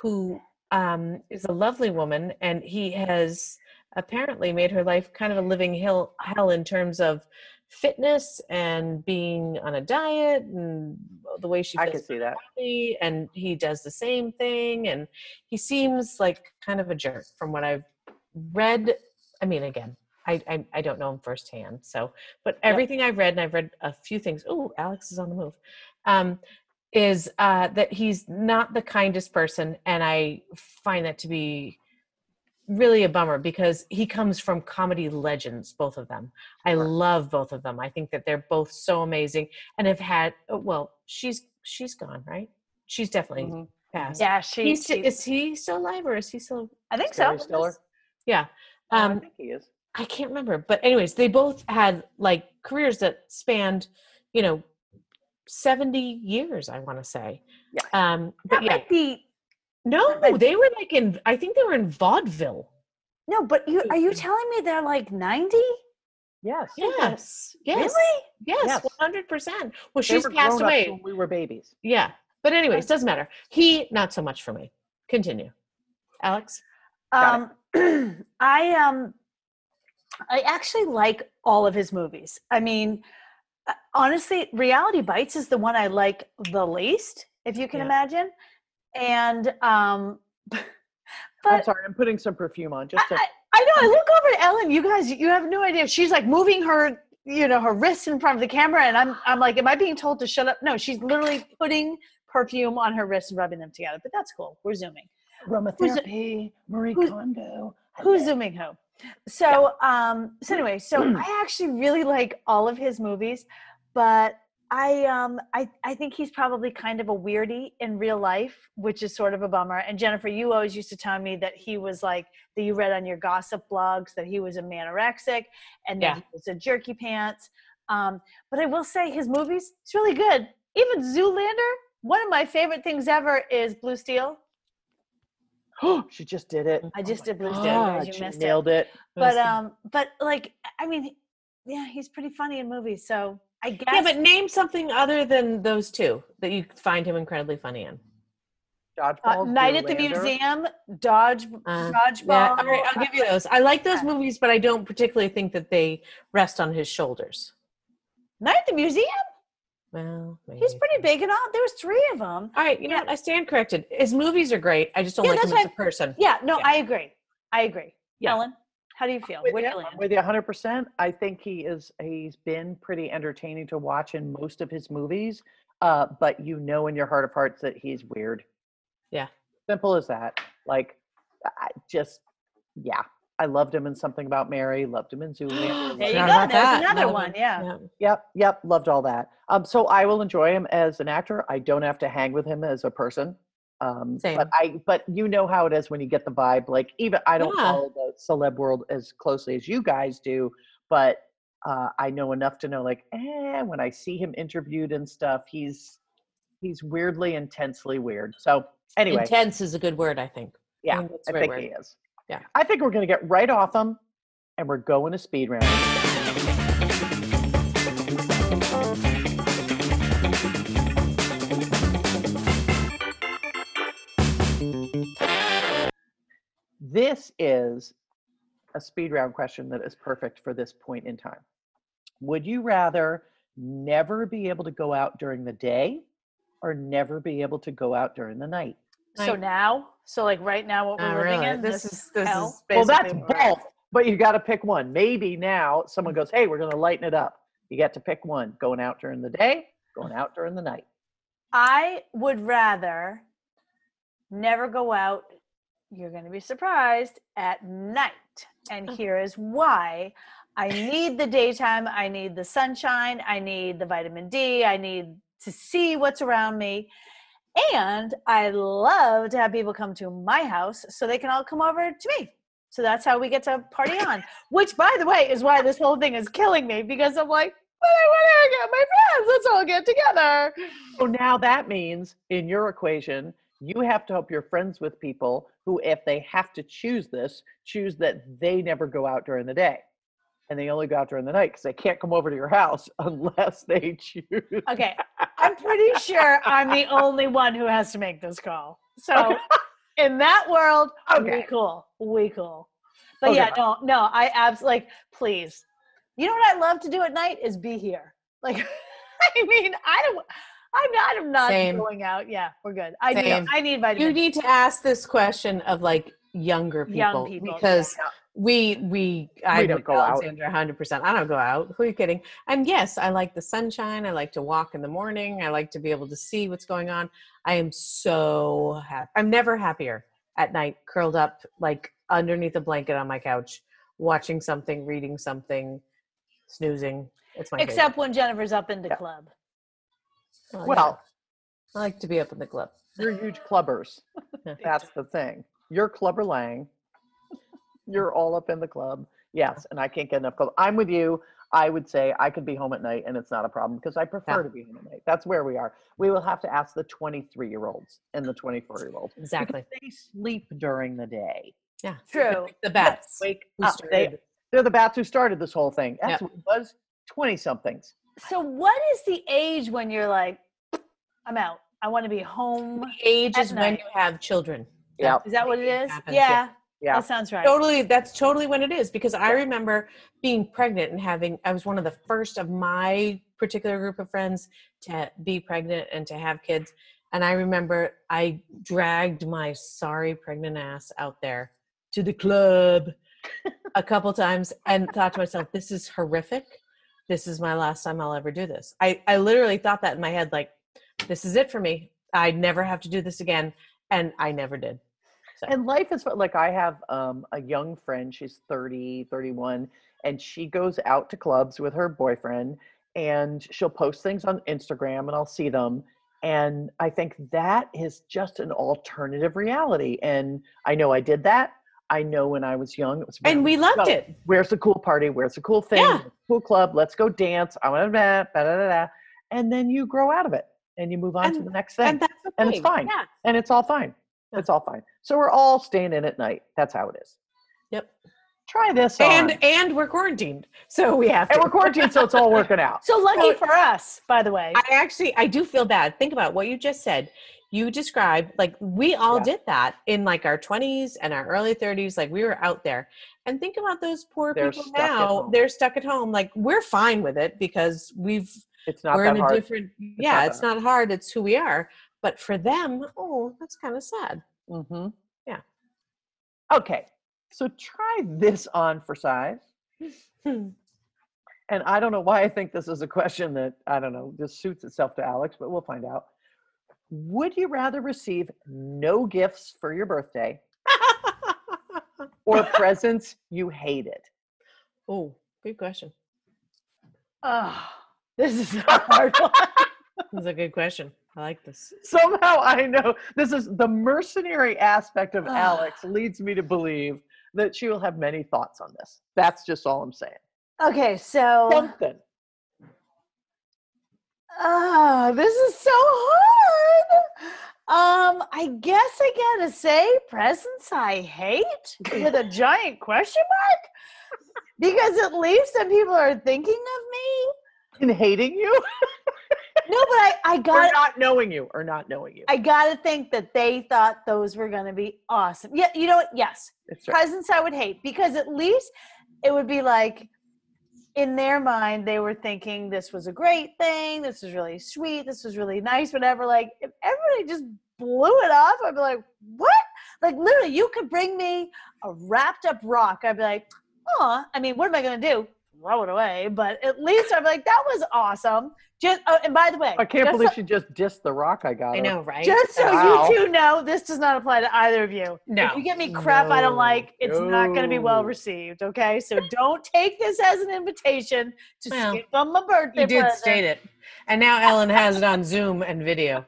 who um, is a lovely woman, and he has apparently made her life kind of a living hell, hell in terms of fitness and being on a diet and the way she
I
feels
can see that.
happy, and he does the same thing and he seems like kind of a jerk from what i've read i mean again i i, I don't know him firsthand so but everything i've read and i've read a few things oh alex is on the move um is uh, that he's not the kindest person, and I find that to be really a bummer because he comes from comedy legends, both of them. I
Sure.
love both of them. I think that they're both so amazing and have had. oh, Well, she's she's gone, right? She's definitely
Mm-hmm.
Mhm.
passed.
Yeah, she.
Mm-hmm. He's,
she-
is he still alive or is he still?
I think so.
Jerry Stiller.
Yeah.
Um, I
Um,
think he is.
I can't remember, but anyways, they both had like careers that spanned, you know, seventy years. I want to say.
Yeah.
Um,
That
but yeah,
might be.
no,
might-
they were like in. I think they were in vaudeville.
No, but you are you
Mhm.
telling me they're like ninety?
Yes.
Yes. Yes.
Really?
Yes.
Yes.
One hundred percent. Well,
They
she's
were
passed
grown-ups
away.
when we were babies.
Yeah. But anyways, doesn't matter. He not so much for me. Continue, Alex.
Um,
Got
I um, I actually like all of his movies. I mean, uh, honestly, Reality Bites is the one I like the least, if you can
Yeah.
imagine. And um, but
I'm sorry. I'm putting some perfume on just to
I, I know. I
Mm-hmm.
look over at Ellen. You guys, you have no idea. She's like moving her, you know, her wrist in front of the camera, and I'm, I'm like, am I being told to shut up? No, she's literally putting perfume on her wrist and rubbing them together. But that's cool. We're zooming.
aromatherapy, Marie
who's-
Kondo. I
Who's
love-
zooming who? So, um, so anyway, so I actually really like all of his movies, but I, um, I, I think he's probably kind of a weirdie in real life, which is sort of a bummer. And Jennifer, you always used to tell me that he was like that you read on your gossip blogs that he was a manorexic and
Yeah.
that he was a jerky pants. Um, but I will say his movies, it's really good. Even Zoolander, one of my favorite things ever is Blue Steel.
she just did it. Oh
I just
my
did Blue Steel,
God,
guys, you
she
missed it.
nailed it.
but um but like i mean yeah he's pretty funny in movies so i guess
yeah, but name something other than those two that you find him incredibly funny in.
uh,
Dodgeball.
night at the
Zoolander.
museum dodge
Uh, Yeah,
dodgeball
all right, I'll give you those. I like those movies, but I don't particularly think that they rest on his shoulders.
night at the museum
Well,
he's
maybe.
pretty big and all there was three of them
All right, you know
Yeah.
what? I stand corrected. His movies are great. I just don't
Yeah,
like
that's
him as a
what
person.
yeah no
Yeah.
i agree i agree
Yeah.
ellen how do you feel
With
Where do
you,
you
I'm
land?
with you 100%. I think he is, he's been pretty entertaining to watch in most of his movies, uh, but you know in your heart of hearts that he's weird.
Yeah.
Simple as that. Like, I just, yeah. I loved him in Something About Mary, loved him in Zoolander. loved
there you
Forgot
go
about
there's
that.
another
Another
one
one.
yeah
Yep, yep, loved all that. Um, so I will enjoy him as an actor. I don't have to hang with him as a person. Um,
Same.
But I, but you know how it is when you get the vibe. Like even I don't
Yeah.
follow the celeb world as closely as you guys do, but uh, I know enough to know. Like, eh, when I see him interviewed and stuff, he's he's weirdly intensely weird. So anyway,
Intense is a good word, I think.
Yeah,
I think that's
I
the right
think
word.
he is.
Yeah.
I think we're gonna get right off him, and we're going to speed round. This is a speed round question that is perfect for this point in time. Would you rather never be able to go out during the day or never be able to go out during the night?
so
Right.
now so like right now what we're
Oh,
living
really?
in
This is- this
hell?
is
Well, that's
basically
where-
both, but you got to pick one. Maybe now someone goes, "Hey, we're going to lighten it up." You get to pick one: going out during the day, going out during the night.
I would rather never go out. You're going to be surprised at night. And here is why I need the daytime. I need the sunshine. I need the vitamin D. I need to see what's around me. And I love to have people come to my house so they can all come over to me. So that's how we get to party on, which, by the way, is why this whole thing is killing me because I'm like, but I want to hang out with my friends. Let's all get together.
So now that means, in your equation, you have to help your friends with people who, if they have to choose this, choose that they never go out during the day, and they only go out during the night because they can't come over to your house unless they choose.
Okay, I'm pretty sure I'm the only one who has to make this call. So in that world, we
Okay.
cool, we cool. But yeah,
Okay.
no, no, I absolutely like. Please, you know what I love to do at night is be here. Like, I mean, I don't. I'm not. I'm not
Same.
going out. Yeah, we're good. I
Same.
need. I need
You
vitamins.
need to ask this question of like younger people,
Young people,
because we we I
don't
agree,
go out.
Alexandra, 100%. I don't go out. Who are you kidding? And yes, I like the sunshine. I like to walk in the morning. I like to be able to see what's going on. I am so happy. I'm never happier at night, curled up like underneath a blanket on my couch, watching something, reading something, snoozing. It's my favorite.
Except when Jennifer's up in the club.
Oh,
Well,
yeah. I like to be up in the club.
you're huge clubbers. That's the thing. You're clubber lang. You're all up in the club. Yes, and I can't get enough club. I'm with you. I would say I could be home at night and it's not a problem because I prefer
Yeah.
to be home at night. That's where we are. We will have to ask the 23 year olds and the 24 year olds.
Exactly.
They sleep during the day.
Yeah.
True.
The bats.
Wake
Who
up. They,
started-
they're the bats who started this whole thing. That's what it was 20 somethings.
So what is the age when you're like, I'm out. I want to be home.
age
At
is when
night.
you have children.
Yeah.
Is that what it is?
Happens, yeah.
Yeah.
Yeah.
That sounds right.
Totally, that's totally when it is because I
Yeah.
remember being pregnant and having. I was one of the first of my particular group of friends to be pregnant and to have kids, and I remember I dragged my sorry pregnant ass out there to the club a couple times and thought to myself, "This is horrific. This is my last time I'll ever do this." I I literally thought that in my head, like, "This is it for me. I never have to do this again," and I never did.
and life is fu- like i have um, a young friend she's 30 31 and she goes out to clubs with her boyfriend and she'll post things on instagram and i'll see them and i think that is just an alternative reality and i know i did that i know when i was young it was
And we
very
loved
so-
it.
where's the cool party? Where's the cool thing?
Yeah.
Where's the Cool club. Let's go dance. I want to da da da da. And then you grow out of it and you move on to
And-
the next thing.
And
And,
that's okay.
And it's fine.
Yeah.
it's all fine.
Yeah.
It's all fine. So we're all staying in at night. That's how it is.
Yep.
Try this on.
And and we're quarantined, so we have
And
to.
we're quarantined, so it's all working out.
So lucky for us, by the way.
I actually I do feel bad. Think about what you just said. You described like we all
Yeah.
did that in like our twenties and our early thirties. Like we were out there, and think about those poor
They're
people
stuck at
now.
home.
They're stuck at home. Like we're fine with it because we've
It's not
we're
that
in a
hard.
different. yeah,
not that
it's not hard. It's who we are. But for them, oh, that's kind of sad.
Mm-hmm.
Yeah.
Okay. So try this on for size.
Hmm.
and I don't know why I think this is a question that I don't know just suits itself to Alex, but we'll find out. Would you rather receive no gifts for your birthday or presents you hated?
oh, good question.
Oh, this is a hard one.
That's a good question. I like this.
Somehow I know this is the mercenary aspect of Alex leads me to believe that she will have many thoughts on this. That's just all I'm saying.
Okay, so
Something.
oh, this is so hard. Um, I guess I gotta say presents I hate with a giant question mark because it leaves some people are thinking of me.
In hating you
No, but I, I
or
got
not knowing you or not knowing you.
I gotta think that they thought those were gonna be awesome. Yeah, you know what? Yes,
It's true.
presents I would hate because at least it would be like in their mind they were thinking this was a great thing, this was really sweet, this was really nice, whatever. Like if everybody just blew it off, I'd be like, what? Like literally, you could bring me a wrapped up rock. I'd be like, oh, I mean, what am I gonna do? Throw it away. But at least I'm like, that was awesome. Just oh, and by the way,
I can't
just
believe she just dissed the rock I got.
I
her.
know, right?
just so
Wow.
you two know, this does not apply to either of you.
no.
If you get me crap I don't
No.
like, it's not going to be well
No.
received. Okay, so don't take this as an invitation to
Well,
skip on my birthday.
You did
present.
state it. And now Ellen has it on Zoom and video.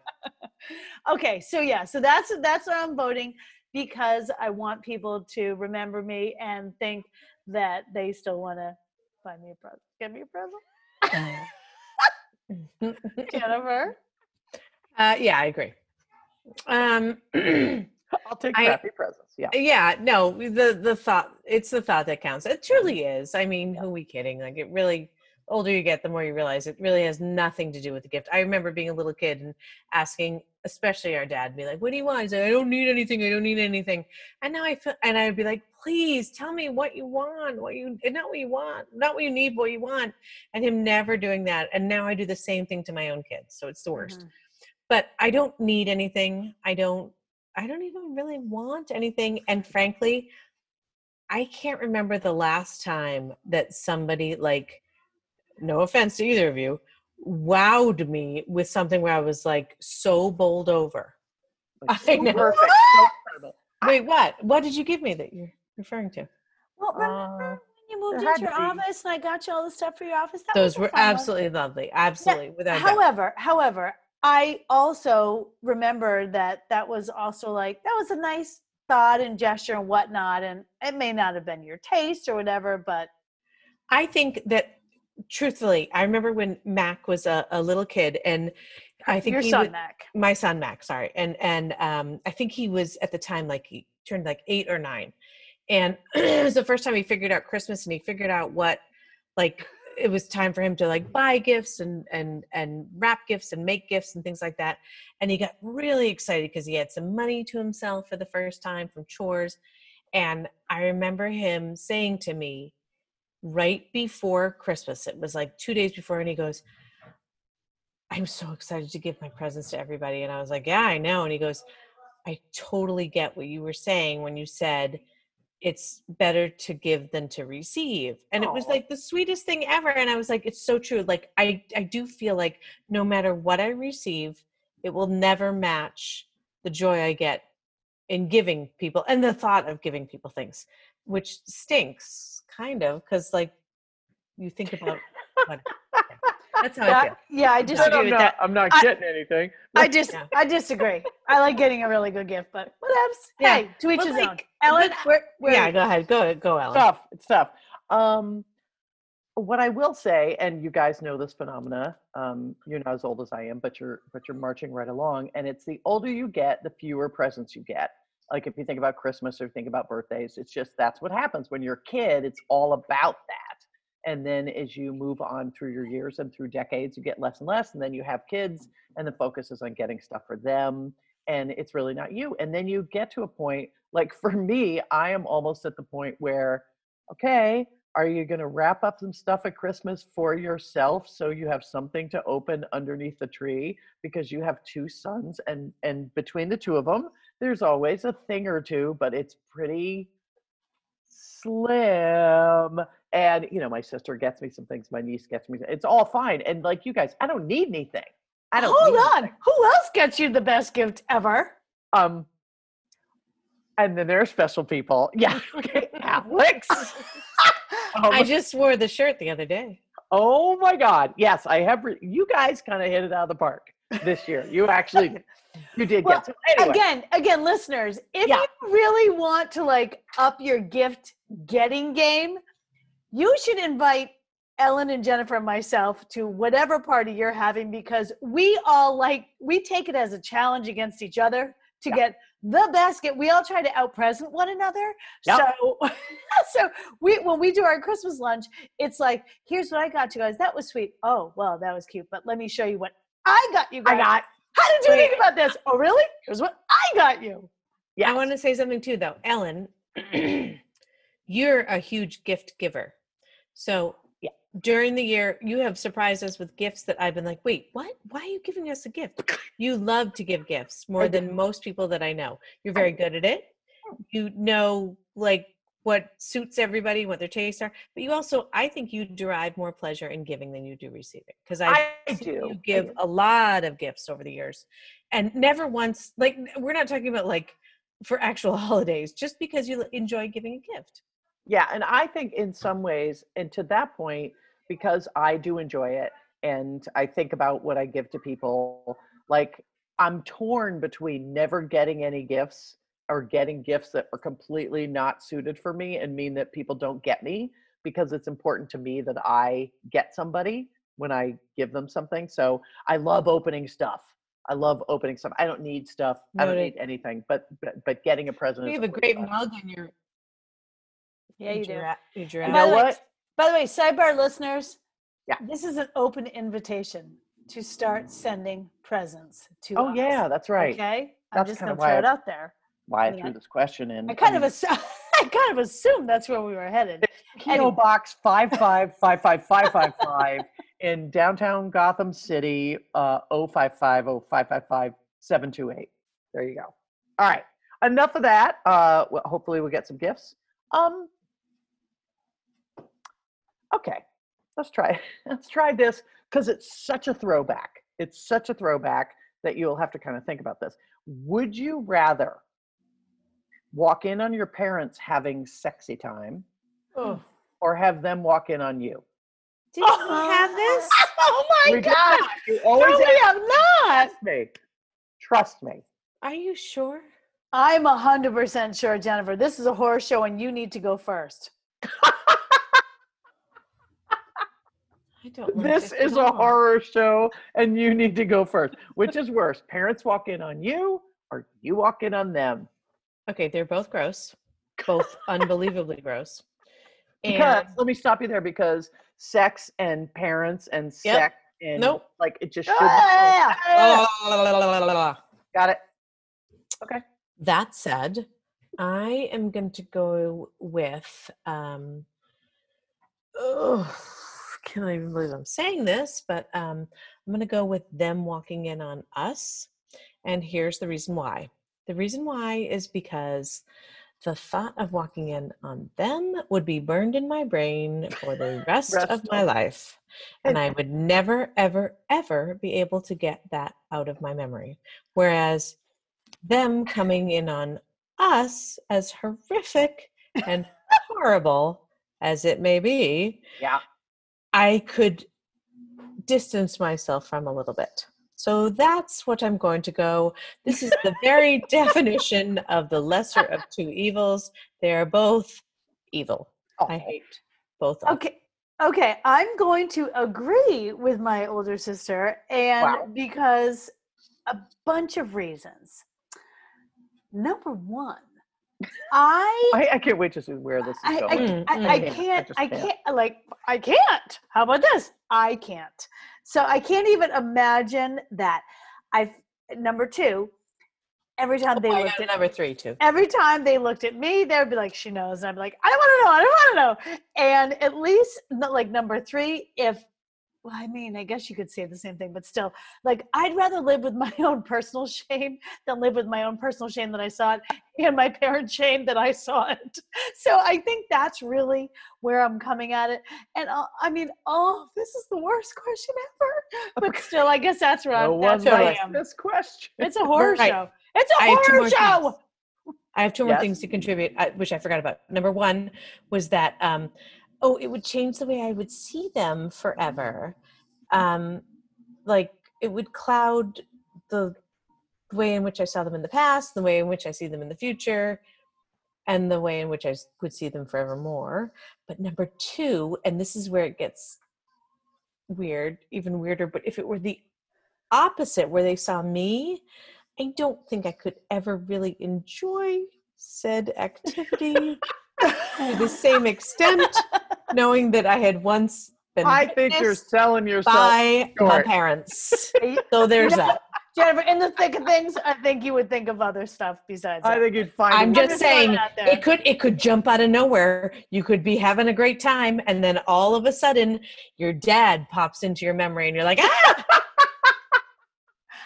Okay, so yeah, so that's that's what I'm voting because I want people to remember me and think that they still want to buy me a present, get me a present, Jennifer.
Uh, yeah, I agree. Um,
I'll take
I-
crappy presents. Yeah.
Uh, yeah, no, the the thought it's the thought that counts. It truly is. I mean, who are we kidding? Like it really the older you get, the more you realize it really has nothing to do with the gift. I remember being a little kid and asking, especially our dad, be like, "What do you want?" He's like, "I don't need anything. I don't need anything." And now I feel, and I'd be like, "Please tell me what you want. What you not what you want, not what you need, what you want." And him never doing that. And now I do the same thing to my own kids, so it's the worst but I don't need anything. I don't I don't even really want anything and frankly, I can't remember the last time that somebody like no offense to either of you wowed me with something where I was like so bowled over.
Like,
I
so
know.
perfect. so incredible.
Wait, what? What did you give me that you're referring to?
Well, remember
Uh,
when you moved
had
into your
to be.
office and I got you all the stuff for your office? That was
Those
a
were
fun one.
absolutely lovely. Absolutely. without a doubt.
However, however, I also remember that that was also like that was a nice thought and gesture and whatnot, and it may not have been your taste or whatever, but
I think that truthfully, I remember when Mac was a, a little kid and I think
your
he
son
wa-
Mac.
my son Mac, sorry. And and um I think he was at the time like he turned like eight or nine. And it was the first time he figured out Christmas and he figured out what like it was time for him to like buy gifts and and and wrap gifts and make gifts and things like that. And he got really excited because he had some money to himself for the first time from chores. And I remember him saying to me right before Christmas, it was like two days before, and he goes, I'm so excited to give my presents to everybody. And I was like, Yeah, I know. And he goes, I totally get what you were saying when you said it's better to give than to receive. And it was
Aw.
like the sweetest thing ever. And I was like, It's so true. Like, I, I do feel like no matter what I receive, it will never match the joy I get in giving people and the thought of giving people things, which stinks kind of because, like, you think about what- that's how I feel.
That- yeah, I
But
But
disagree
I'm
with
not,
that.
Uh, I'm not
I-
getting anything.
I just
Yeah.
I disagree. I like getting a really good gift, but whatevs.
Yeah,
Hey, to each
but
his own.
like-
Ellen,
but-
where, where
yeah, go ahead. Go go, Ellen.
It's tough. It's tough. Um, what I will say, and you guys know this phenomena, um, you're not as old as I am, but you're but you're marching right along. And it's the older you get, the fewer presents you get. Like if you think about Christmas or think about birthdays, it's just that's what happens when you're a kid. It's all about that. And then as you move on through your years and through decades, you get less and less. And then you have kids, and the focus is on getting stuff for them. And it's really not you. And then you get to a point, like for me, I am almost at the point where, okay, are you going to wrap up some stuff at Christmas for yourself so you have something to open underneath the tree because you have two sons and and between the two of them there's always a thing or two but it's pretty slim and you know my sister gets me some things my niece gets me it's all fine and like you guys I don't need anything I don't
hold
need
on.
anything.
Who else gets you the best gift ever?
um and then there are special people yeah okay Alex Um,
I just wore the shirt the other day.
Oh my God. Yes, I have. Re- you guys kind of hit it out of the park this year. You actually, you did
Well,
get some. Anyway,
Again, again, listeners, if
Yeah.
you really want to like up your gift getting game, you should invite Ellen and Jennifer and myself to whatever party you're having because we all like we take it as a challenge against each other to
Yeah.
get the basket. We all try to outpresent one another.
Yep.
So so we when we do our Christmas lunch, it's like, here's what I got you guys. That was sweet. Oh, well, that was cute. But let me show you what I got you guys.
I got.
How did you
Wait.
think about this? Oh, really? Here's what I got you.
Yes.
I want to say something too, though. Ellen, you're a huge gift giver. So
Yeah.
during the year, you have surprised us with gifts that I've been like, wait, what? Why are you giving us a gift? You love to give gifts more
do. Oh.
than most people that I know. You're very good at it. You know, like, what suits everybody, what their tastes are, but you also, I think you derive more pleasure in giving than you do receiving. Because I
I do. I
You give
do.
a lot of gifts over the years, and never once like we're not talking about like for actual holidays, just because you enjoy giving a gift.
Yeah, and I think in some ways, and to that point, because I do enjoy it and I think about what I give to people, like I'm torn between never getting any gifts or getting gifts that are completely not suited for me and mean that people don't get me because it's important to me that I get somebody when I give them something. So I love opening stuff. I love opening stuff. I don't need stuff. I don't
Noted.
need anything, but but, but getting a present.
We
is
have a
always
great
fun.
mug on your
Yeah, you do.
giraffe. Your
And
You
by
know
the
giraffe.
way,
what?
by the way, sidebar listeners,
Yeah.
this is an open invitation to start sending presents to
Oh
us,
yeah, that's right.
Okay. I'm
That's
just
kinda
gonna throw
why
it
I-
out there.
why I
Yeah.
threw this question in.
I kind of
mean,
assu- I kind of assumed that's where we were headed.
PO
anyway.
box five five five five five five five in downtown Gotham City. Uh, oh five five oh five five five seven two eight. There you go. All right, enough of that. Uh, well, hopefully we'll get some gifts. Um, okay, let's try let's try this because it's such a throwback. It's such a throwback that you'll have to kind of think about this. Would you rather walk in on your parents having sexy time
Oh,
or have them walk in on you?
Mm-hmm. Did you have this? Oh,
Oh my
We did not. You always
No, we
ask-
have not.
trust me. Trust me.
are you sure?
I'm a hundred percent sure, Jennifer. This is a horror show, and you need to go first.
I don't. like
This
at
is a
all.
horror show and you need to go first. Which is worse, parents walk in on you or you walk in on them?
Okay, they're both gross, both unbelievably gross.
Because
And
let me stop you there because sex and parents and
Yep.
sex and
Nope.
like it just shouldn't.
Ah!
Oh,
Got it.
that said, I am going to go with. Um, oh, can I even believe I'm saying this? But um, I'm going to go with them walking in on us. And here's the reason why. The reason why is because the thought of walking in on them would be burned in my brain for the rest, of
Rest
my
of-
life. And I would never, ever, ever be able to get that out of my memory. Whereas them coming in on us, as horrific and horrible as it may be,
Yeah.
I could distance myself from a little bit. So that's what I'm going to go. This is the very definition of the lesser of two evils. They are both evil. I
Awful.
hate both. of
Okay. Okay, I'm going to agree with my older sister, and
Wow.
because a bunch of reasons. Number one, I
oh, I, I can't wait to see where this is
I, I,
going.
Mm,
I, I
mm. I
can't,
just
I
can't.
can't, like, I can't. How about this? I can't. So I can't even imagine that. I number two, every time
Oh
they
them. I
looked
got
at
number three too.
every time they looked at me, they would be like, "She knows," and I'm like, "I don't want to know. I don't want to know." And at least, n- like number three, if well, I mean, I guess you could say the same thing, but still, like, I'd rather live with my own personal shame than live with my own personal shame that I saw it and my parents' shame that I saw it. So I think that's really where I'm coming at it. And i I mean, oh, this is the worst question ever. But still, I guess that's where,
No
I'm, that's
one
where I
likes
am.
this question.
It's a horror
Right.
show. It's a
I have two
horror
more
show.
things. I have two more
Yes.
things to contribute, uh, which I forgot about. Number one was that, um, oh, it would change the way I would see them forever. Um, like it would cloud the way in which I saw them in the past, the way in which I see them in the future, and the way in which I s- would see them forevermore. But number two, and this is where it gets weird, even weirder, but if it were the opposite, where they saw me, I don't think I could ever really enjoy said activity to the same extent, knowing that I had once been
I think you're
witnessed
selling yourself.
by my
short.
parents. So there's that.
Jennifer, in the thick of things, I think you would think of other stuff besides.
I
that.
think you'd find.
I'm
a
just
way-
throwing
saying,
it out there.
It could it could jump out of nowhere. You could be having a great time, and then all of a sudden, your dad pops into your memory, and you're like, ah!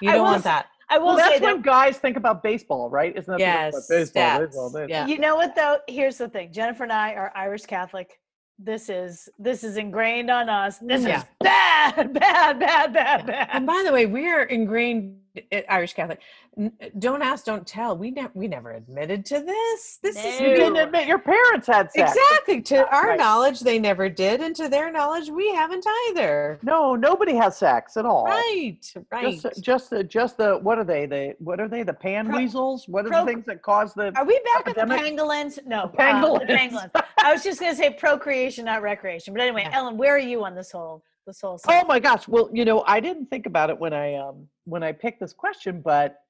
you
I
don't
will
want
s-
that.
I will
Well,
say
that's
that.
when guys think about baseball, right? Isn't that the-
Yes,
baseball,
stats.
baseball, baseball?
Yeah.
You know what though? Here's the thing: Jennifer and I are Irish Catholic. This is this is ingrained on us. This
Yeah.
is bad, bad, bad, bad,
And
bad.
by the way, we are ingrained at Irish Catholic. n- Don't ask, don't tell. We never we never admitted to this. This is
No.
You didn't
new.
admit your parents had sex.
Exactly. To our
Right.
knowledge, they never did, and to their knowledge, we haven't either.
No, nobody has sex at all.
Right. Right.
Just, just the, just the, what are they? The, what are they? The pan
Pro-
weasels? What are
pro-
the things that cause the?
Are we back at the
Epidemic?
pangolins? No,
The
uh, the
pangolins.
pangolins. I was just gonna say procreation, not recreation. But anyway,
Yeah.
Ellen, where are you on this whole this whole?
Oh
subject?
my gosh! Well, you know, I didn't think about it when I um when I picked this question, but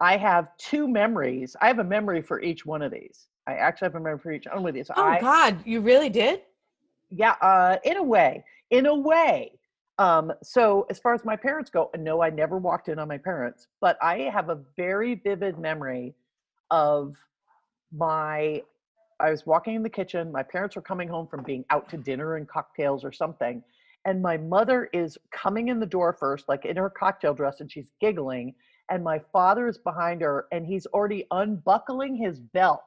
I have two memories. I have a memory for each one of these. I actually have a memory for each one of these.
oh
I,
God, you really did?
yeah uh in a way in a way um so as far as my parents go no i never walked in on my parents but i have a very vivid memory of my i was walking in the kitchen my parents were coming home from being out to dinner and cocktails or something and my mother is coming in the door first like in her cocktail dress and she's giggling and my father is behind her and he's already unbuckling his belt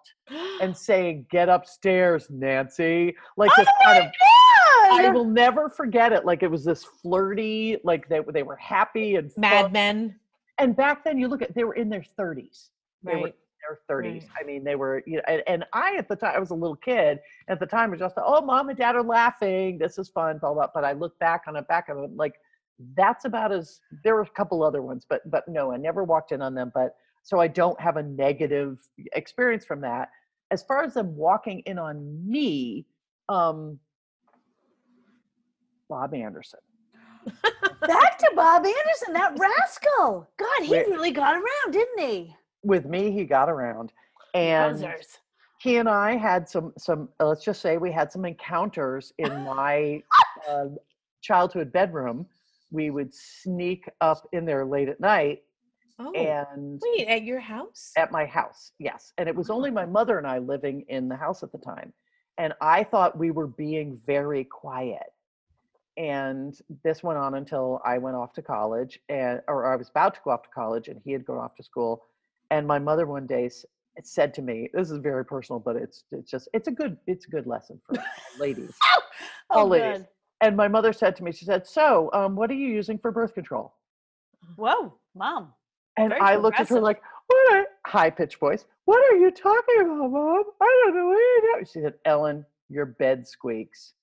and saying get upstairs nancy like this kind of I will never forget it. Like it was this flirty, like they they were happy and
Mad
fun.
Men,
And back then, you look at they were in their thirties. They were
right?
their 30s. I mean, they were, you know, and, and I at the time, I was a little kid. At the time, was just, oh, mom and dad are laughing. This is fun, blah, blah. But I look back on it, back on it, like, that's about as, there were a couple other ones, but, but no, I never walked in on them. But so I don't have a negative experience from that. As far as them walking in on me, um, Bob Anderson.
Back to Bob Anderson, that rascal. God, he
Where-
really got around, didn't he?
With me, he got around. And
Wowzers.
he and I had some some uh, let's just say we had some encounters in my uh, childhood bedroom. We would sneak up in there late at night
Oh,
and
wait, at your house?
at my house. Yes, and it was only my mother and I living in the house at the time, and I thought we were being very quiet. And this went on until I went off to college, and or I was about to go off to college, and he had gone off to school. And my mother one day s- said to me, "This is very personal, but it's it's just it's a good it's a good lesson for ladies."
Oh,
all it is.
good.
And my mother said to me, she said, "So, um, what are you using for birth control?"
Whoa, mom.
And
Very
I looked at her
progressive.
like, what a high pitched voice. What are you talking about, Mom? I don't know what you're doing. She said, Ellen, your bed squeaks.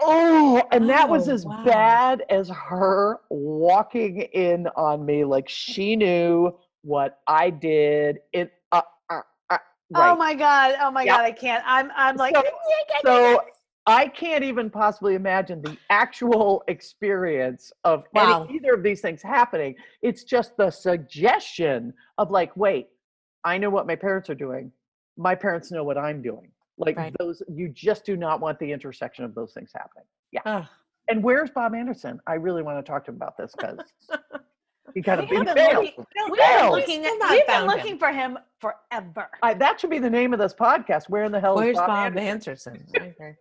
Oh, and that was
Oh,
as
wow.
bad as her walking in on me. Like she knew what I did. It, uh, uh, uh, right.
Oh my god. Oh my
Yeah.
god, I can't. I'm I'm like
So- so I can't even possibly imagine the actual experience of any-
Wow.
either of these things happening. It's just the suggestion of like, wait, I know what my parents are doing. My parents know what I'm doing. Like
Right.
those, you just do not want the intersection of those things happening.
Ugh.
And where's Bob Anderson? I really want to talk to him about this because he kind
We
of been
haven't
failed.
looking-
No,
We've
Well,
been
we
looking,
still
at,
not
we've been
found him.
looking for him forever.
I, that should be the name of this podcast. Where in the hell
Where's
is Bob,
Bob
Anderson?
Anderson? Okay.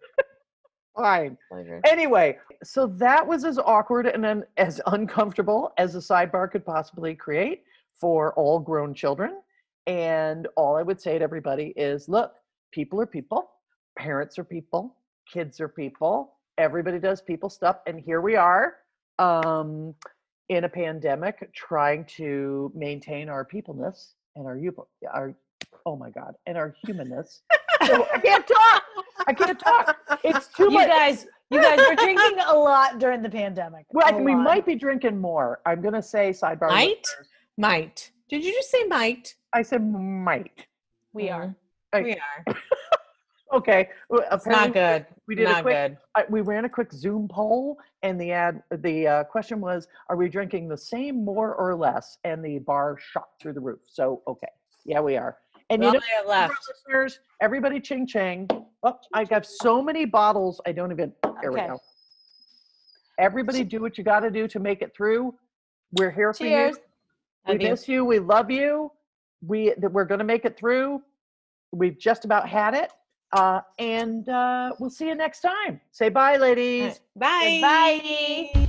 Fine.
Pleasure.
Anyway, so that was as awkward and un- as uncomfortable as a sidebar could possibly create for all grown children. And all I would say to everybody is look, people are people, parents are people, kids are people, everybody does people stuff. And here we are um, in a pandemic trying to maintain our peopleness and our, you- our oh my God, and our humanness. So I can't talk. I can't talk. It's too
You
much.
guys, you guys were drinking a lot during the pandemic.
Well, I
A
think we
lot.
might be drinking more. I'm gonna say sidebar.
Might?
listeners,
Might. Did you just say might?
I said might.
We are.
I-
Mm-hmm. We are.
Okay. well,
It's not
apparently
good.
We did a
not
quick.
good.
I, we ran a quick Zoom poll, and the ad. The uh, question was, "Are we drinking the same, more or less?" And the bar shot through the roof. So okay, yeah, we are. And
Well,
you know,
I have
remember,
left.
listeners, everybody, ching ching. Oh, I have so many bottles. I don't even. There we
Okay.
go. Everybody, do what you got to do to make it through. We're here for you.
Cheers.
We
Love you.
miss you. We love you. We that we're gonna make it through. We've just about had it. Uh, and uh, we'll see you next time. Say bye, ladies.
Bye.
Goodbye.